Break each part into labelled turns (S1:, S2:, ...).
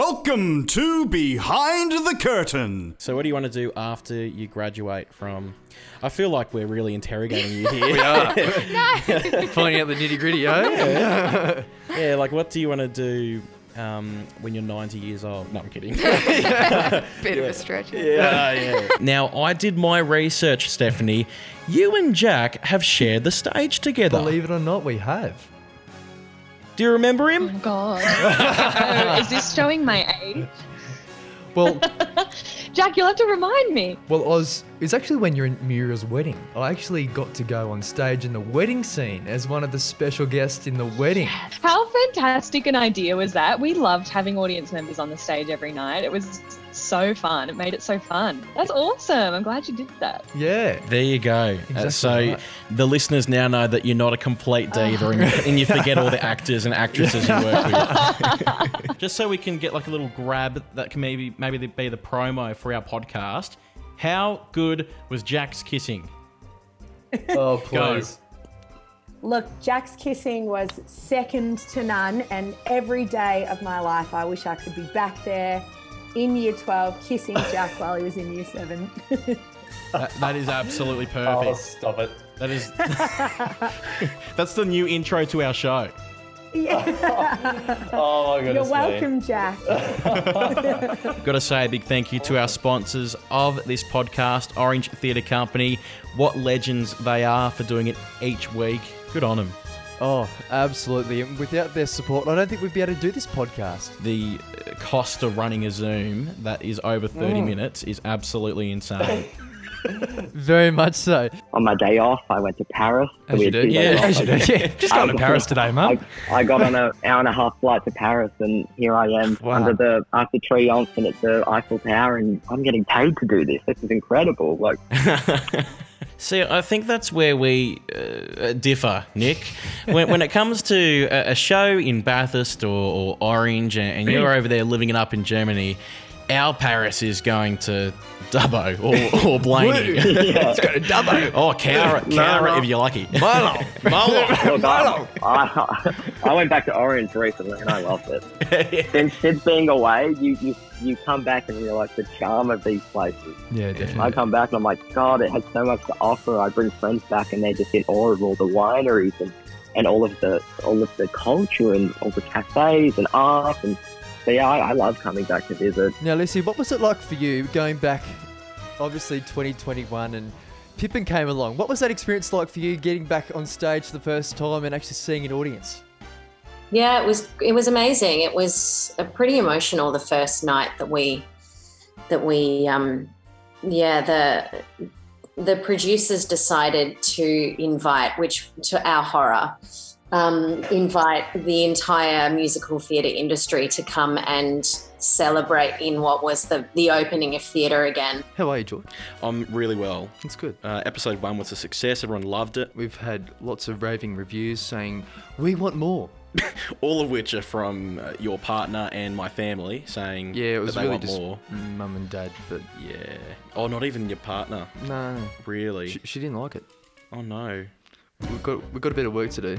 S1: Welcome to Behind the Curtain.
S2: So, what do you want to do after you graduate from? I feel like we're really interrogating you here.
S3: Finding out the nitty gritty, eh?
S2: yeah, like what do you want to do um, when you're 90 years old? No, I'm kidding.
S4: Bit of a stretch.
S2: Yeah, yeah. Now, I did my research, Stephanie. You and Jack have shared the stage together.
S3: Believe it or not, we have.
S2: do you remember
S5: Oh
S2: him?
S5: my God. Oh, is this showing my age?
S3: Well,
S5: Jack, you'll have to remind me.
S3: well, Oz, it was actually when you're in Muriel's wedding. I actually got to go on stage in the wedding scene as one of the special guests in the wedding.
S5: How fantastic an idea was that? We loved having audience members on the stage every night. It was so fun. It made it so fun. That's awesome. I'm glad you did that.
S3: Yeah.
S2: There you go. Uh,
S3: Exactly
S2: so
S3: right.
S2: the listeners now know that you're not a complete diva and, and you forget all the actors and actresses you work with.
S6: just so we can get like a little grab that can maybe maybe be the promo for our podcast. How good was Jack's kissing?
S3: Oh,
S6: please.
S7: Look, Jack's kissing was second to none, and every day of my life, I wish I could be back there in year 12 kissing Jack while he was in year 7.
S6: That, that is absolutely perfect.
S8: Oh, stop it.
S6: That is That's the new intro to our show.
S8: Oh my
S7: You're
S8: goodness.
S7: welcome, Jack.
S6: Got to say a big thank you to our sponsors of this podcast, Orange Theatre Company. What legends they are for doing it each week. Good on them.
S3: Oh, absolutely. And without their support, I don't think we'd be able to do this podcast.
S6: The uh, cost of running a Zoom that is over 30 minutes is absolutely insane.
S3: Very much so.
S9: on my day off, I went to Paris. So we had two days off.
S3: do. Yeah. Just going to Paris today,
S9: I,
S3: mum.
S9: I got on an hour and a half flight to Paris, and here I am
S3: Wow.
S9: under the Arc de Triomphe and at the Eiffel Tower, and I'm getting paid to do this. This is incredible. Like,
S2: See, I think that's where we uh, differ, Nick. When, when it comes to a, a show in Bathurst or, or Orange, and, and you're over there living it up in Germany, our Paris is going to Dubbo or, or Blaney. It's going to Dubbo. Or Cowra, Cowra if you're lucky. Marlow.
S9: look, I, I, I went back to Orange recently, and I loved it. Since since being away, you you you come back and realize the charm of these places.
S3: Yeah,
S9: I
S3: definitely.
S9: come back and I'm like, God, it has so much to offer. I bring friends back and they're just in awe of all the wineries and, and all of the all of the culture and all the cafes and art and so yeah, I, I love coming back to visit.
S3: Now, Lucy, what was it like for you going back, obviously 2021, and Pippin came along? What was that experience like for you getting back on stage for the first time and actually seeing an audience?
S10: Yeah, it was it was amazing. It was uh, pretty emotional the first night that we that we um yeah, the the producers decided to invite which to our horror um, invite the entire musical theatre industry to come and celebrate in what was the the opening of theatre again.
S3: How are you, George?
S2: I'm really well.
S3: It's good.
S2: Uh, episode one was a success. Everyone loved it.
S3: We've had lots of raving reviews saying, we want more.
S2: All of which are from uh, your partner and my family saying
S3: Yeah, it was
S2: that they
S3: really
S2: want
S3: just
S2: more.
S3: mum and dad, but
S2: Yeah. Oh, not even your partner.
S3: no,
S2: Really?
S3: she, she didn't like it.
S2: oh, no.
S3: We've got, we've got a bit of work to do.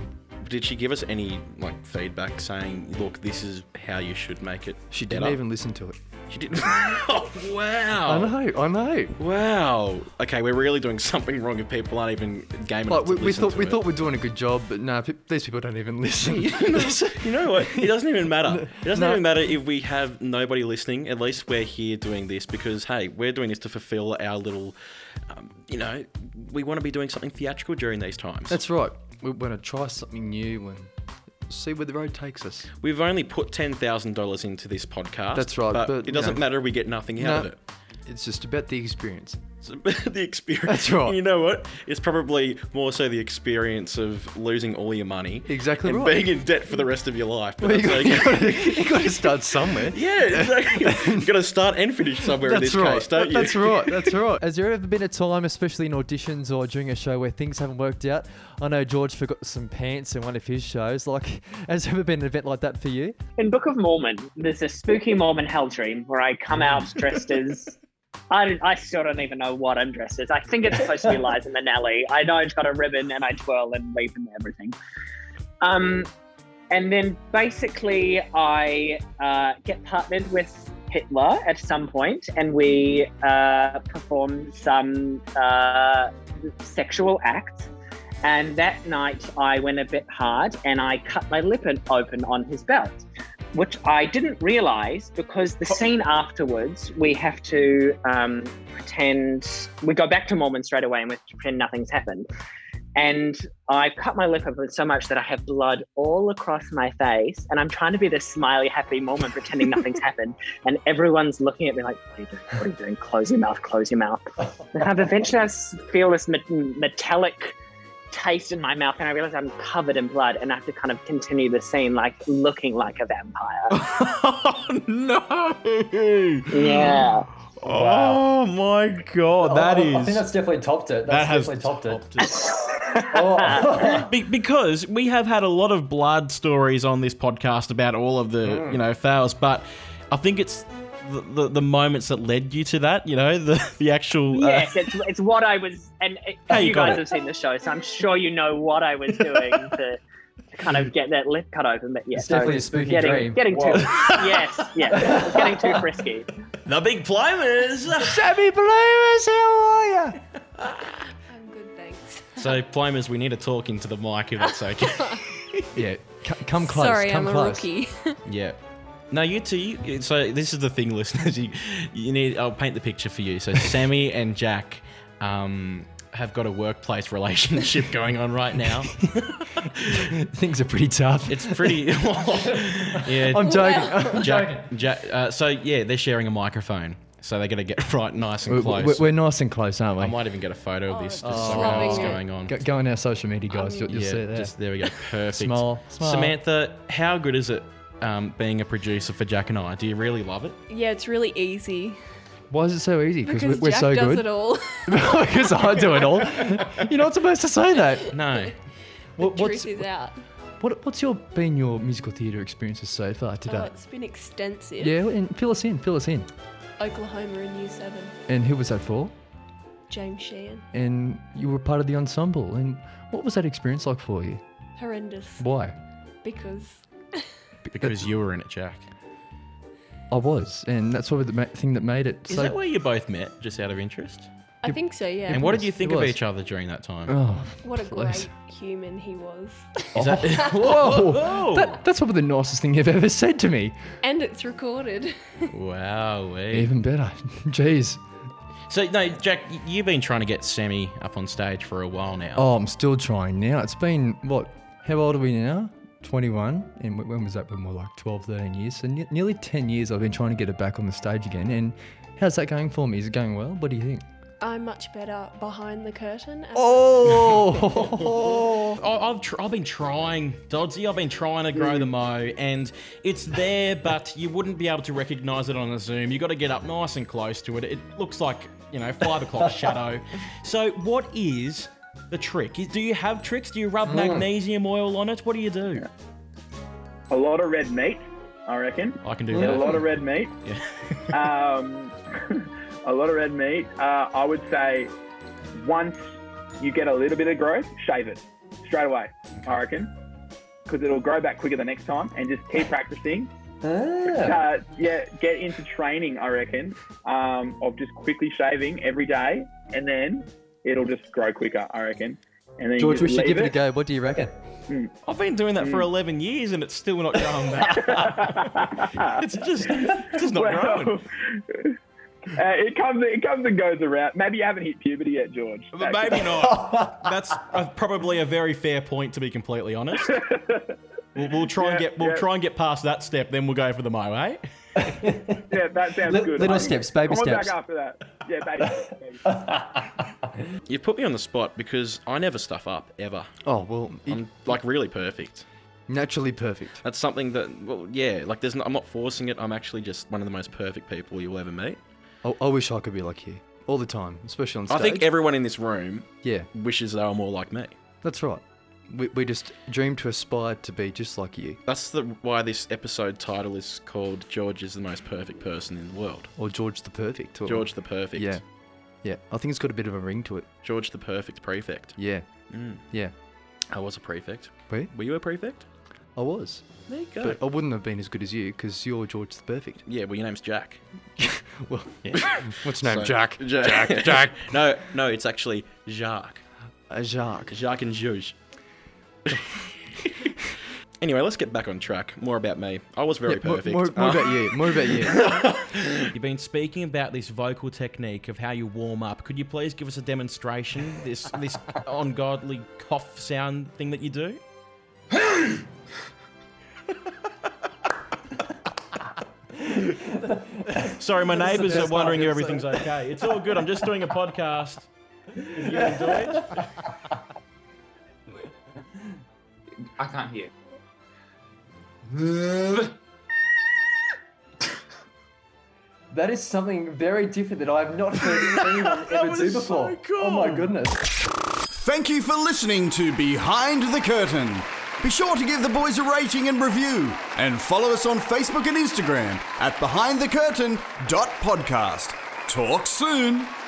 S2: Did she give us any like feedback saying, "Look, this is how you should make it"?
S3: She
S2: better?
S3: didn't even listen to it.
S2: She didn't. oh, wow.
S3: I know, I know.
S2: Wow. Okay, we're really doing something wrong if people aren't even game enough
S3: Like, we,
S2: to
S3: we
S2: listen
S3: thought
S2: to
S3: we
S2: it.
S3: thought we're doing a good job, but no, pe- these people don't even listen.
S2: you know what? It doesn't even matter. It doesn't
S3: No.
S2: even matter if we have nobody listening. At least we're here doing this because hey, we're doing this to fulfill our little, um, you know, we want to be doing something theatrical during these times.
S3: That's right. We want to try something new and see where the road takes us.
S2: We've only put ten thousand dollars into this podcast.
S3: That's right,
S2: but,
S3: but,
S2: it doesn't
S3: you know-
S2: matter. We get nothing out of
S3: No,
S2: it.
S3: It's just about the experience.
S2: It's the experience.
S3: That's right.
S2: You know what? It's probably more so the experience of losing all your money.
S3: Exactly
S2: and
S3: right.
S2: being in debt for the rest of your life. But
S3: Well, you,
S2: that's
S3: got,
S2: okay.
S3: to start somewhere.
S2: yeah, exactly. You've got to start and finish somewhere in this
S3: right.
S2: case, don't you?
S3: That's right. That's right. Has there ever been a time, especially in auditions or during a show, where things haven't worked out? I know George forgot some pants in one of his shows. Like, has there ever been an event like that for you?
S11: in Book of Mormon, there's a spooky Mormon hell dream where I come out dressed as. I, don't- I still don't even know what I'm dressed as. I think it's supposed to be Liza Minnelli. I know it's got a ribbon and I twirl and weave and everything. Um,
S9: And then basically, I uh, get partnered with Hitler at some point, and we uh, perform some uh, sexual acts. And that night, I went a bit hard and I cut my lip open on his belt, which I didn't realize because the scene afterwards, we have to um, pretend, we go back to Mormon straight away and we have to pretend nothing's happened. And I cut my lip open so much that I have blood all across my face. And I'm trying to be this smiley, happy Mormon, pretending nothing's happened. And everyone's looking at me like, what are you doing? What are you doing? Close your mouth, close your mouth. And I've eventually I s- feel this met- metallic taste in my mouth. And I realize I'm covered in blood. And I have to kind of continue the scene, like looking like a vampire.
S2: oh no!
S9: yeah.
S2: Oh my god, that
S8: Oh, I,
S2: is
S8: I think that's definitely topped it. That's
S2: that has
S8: definitely topped it. Oh.
S2: Be- because we have had a lot of blood stories on this podcast about all of the
S3: Mm.
S2: you know fails, but I think it's the, the, the moments that led you to that. You know, the the actual. uh,
S9: Yes, it's, it's what I was, and it,
S2: Hey, you
S9: you
S2: got
S9: guys
S2: it.
S9: have seen the show, so I'm sure you know what I was doing to kind of get that lip cut open. But yeah,
S8: It's
S9: so
S8: definitely a spooky
S9: getting,
S8: dream.
S9: Getting too,
S8: Whoa.
S9: yes, yes, getting too frisky.
S12: The big plumers.
S3: Sammy Blues, how are you?
S4: I'm good, thanks.
S2: so, Plumers, we need to talk into the mic if that's okay.
S3: Yeah, c- come close.
S4: Sorry,
S3: come
S4: I'm
S3: close.
S4: a rookie.
S2: yeah. No, you two. You, so this is the thing, listeners. You, you need. I'll paint the picture for you. So Sammy and Jack um, have got a workplace relationship going on right now.
S3: Things are pretty tough.
S2: It's pretty. yeah.
S3: I'm joking.
S2: Jack, Jack, uh, so yeah, they're sharing a microphone, so they're gonna get right nice and
S3: We're,
S2: close.
S3: we're, we're nice and close, aren't we?
S2: I might even get a photo of this just
S4: Oh,
S2: so we know what's
S4: loving it.
S2: going on. Um,
S3: Go, go on our social media, guys. You'll, you'll see it there.
S2: just there we go. Perfect.
S3: Smile, smile.
S2: Samantha, how good is it um, being a producer for Jack and I? Do you really love it?
S4: Yeah, it's really easy
S3: Why is it so easy?
S4: because
S3: Because we're, we're
S4: Jack
S3: so
S4: does
S3: good.
S4: it all.
S3: Because I do it all. You're not supposed to say that.
S2: No.
S3: What,
S4: Truth
S3: what's
S4: is out.
S3: what, what's your been your musical theatre experiences so far today?
S4: Oh, it's been extensive.
S3: yeah, and fill us in, fill us in.
S4: Oklahoma and New Seven.
S3: And who was that for?
S4: James Sheehan.
S3: And you were part of the ensemble. And what was that experience like for you?
S4: Horrendous.
S3: Why?
S4: Because
S2: Because you were in it, Jack.
S3: I was, and that's probably the ma- thing that made it
S2: Is
S3: so.
S2: that where you both met, just out of interest?
S4: I think so, yeah.
S2: And what did
S3: was,
S2: you think
S3: it
S2: of
S3: was.
S2: each other during that time?
S3: oh,
S4: What a
S3: please.
S4: great human he was.
S3: Oh.
S2: Is that-
S3: Whoa!
S2: Whoa.
S3: That, that's probably the nicest thing you've ever said to me.
S4: and it's recorded.
S2: Uh, wow.
S3: Even better. Jeez.
S2: So no, Jack, y- you've been trying to get Sammy up on stage for a while now.
S3: Oh, I'm still trying now. It's been, what, how old are we now? 21. And wh- when was that? When we were like 12, 13 years. So ne- nearly 10 years I've been trying to get it back on the stage again. And how's that going for me? Is it going well? What do you think?
S4: I'm much better behind the curtain. and-
S3: Oh!
S2: I- I've tr- I've been trying, Dodsy. I've been trying to grow
S9: Mm.
S2: the mo, and it's there, but you wouldn't be able to recognise it on a Zoom. You got to get up nice and close to it. It looks like you know five o'clock shadow. So what is the trick? Is- Do you have tricks? Do you rub
S9: Mm.
S2: magnesium oil on it? What do you do?
S9: A lot of red meat, I reckon.
S2: I can do
S9: A
S2: that.
S9: lot of red meat. um, a lot of red meat. Uh, I would say once you get a little bit of growth, shave it straight away, I reckon, because it'll grow back quicker the next time and just keep practicing. Uh, yeah, get into training, I reckon, um, of just quickly shaving every day and then it'll just grow quicker, I reckon. And then
S3: George,
S9: you
S3: we
S9: just
S3: should
S9: leave
S3: give it a go. What do you reckon?
S2: I've been doing that for
S9: Mm.
S2: eleven years, and it's still not growing back. it's just, it's just not growing.
S9: Well, uh, it comes, it comes and goes around. Maybe you haven't hit puberty yet, George.
S2: But maybe not. That's a, probably a very fair point, to be completely honest. We'll, we'll try and
S9: Yeah,
S2: get we'll
S9: yeah.
S2: try and get past that step, then we'll go for the mo, eh?
S9: Yeah, that sounds
S3: Lit-
S9: good.
S3: little
S9: I think-
S3: steps, baby
S9: I'm on
S3: steps.
S9: Back after that. Yeah, baby. steps, baby steps.
S2: You put me on the spot because I never stuff up ever.
S3: Oh, well,
S2: I'm like really perfect.
S3: naturally perfect.
S2: That's something that, well, yeah, like there's no, I'm not forcing it. I'm actually just one of the most perfect people you'll ever meet.
S3: I, I wish I could be like you all the time, especially on stage.
S2: I think everyone in this room
S3: yeah,
S2: wishes they were more like me.
S3: that's right. We, we just dream to aspire to be just like you,
S2: That's the why this episode title is called "George is the most perfect person in the world."
S3: or George the Perfect. Or,
S2: George the perfect.
S3: Yeah, yeah. I think it's got a bit of a ring to it.
S2: George the perfect prefect.
S3: Yeah,
S2: Mm.
S3: yeah.
S2: I was a prefect.
S3: Wait,
S2: Were you a prefect?
S3: I was.
S12: There you go.
S3: But I wouldn't have been as good as you because you're George the Perfect.
S12: Yeah, well, your name's Jack.
S3: well, what's your
S12: So-
S3: name? Jack.
S12: Ja-
S3: Jack. Jack.
S12: no, no, it's actually Jacques.
S3: Uh, Jacques.
S12: Jacques and Juge. anyway, let's get back on track. More about me. I was very
S3: Yeah, more-
S12: perfect. Uh,
S3: more- more about you, more about
S12: you.
S2: You've been speaking about this vocal technique of how you warm up. Could you please give us a demonstration? This this ungodly cough sound thing that you do. Sorry, my That's the neighbours are best part wondering of if the everything's episode. okay. It's all good. I'm just doing a podcast. If you can do it.
S13: I can't hear.
S8: That is something very different that I have not heard anyone ever do before. Oh my goodness.
S1: Thank you for listening to Behind the Curtain. Be sure to give the boys a rating and review, and follow us on Facebook and Instagram at behindthecurtain.podcast. Talk soon.